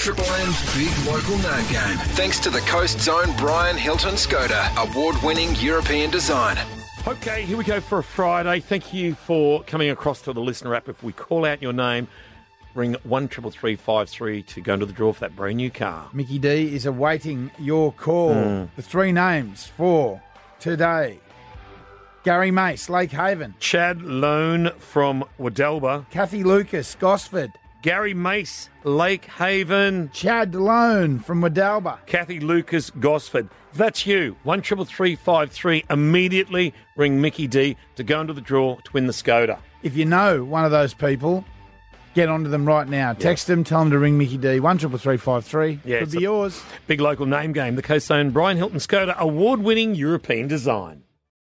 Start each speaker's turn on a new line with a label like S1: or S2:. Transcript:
S1: Triple M's Big Local Nerd Game. Thanks to the Coast Zone Brian Hilton Skoda, award winning European design.
S2: Okay, here we go for a Friday. Thank you for coming across to the listener app. If we call out your name, ring one triple three five three to go into the draw for that brand new car.
S3: Mickey D is awaiting your call.
S2: Hmm.
S3: The three names for today Gary Mace, Lake Haven,
S2: Chad Lone from Wadelba,
S3: Kathy Lucas, Gosford,
S2: Gary Mace, Lake Haven,
S3: Chad Lone from Wadalba.
S2: Kathy Lucas, Gosford. That's you. One triple three five three. Immediately ring Mickey D to go into the draw to win the Skoda.
S3: If you know one of those people, get onto them right now. Text them, tell them to ring Mickey D, 133353.
S2: Yeah,
S3: Could
S2: it's
S3: be
S2: a-
S3: yours.
S2: Big local name game. The Coast Zone Brian Hilton Skoda, award winning European design.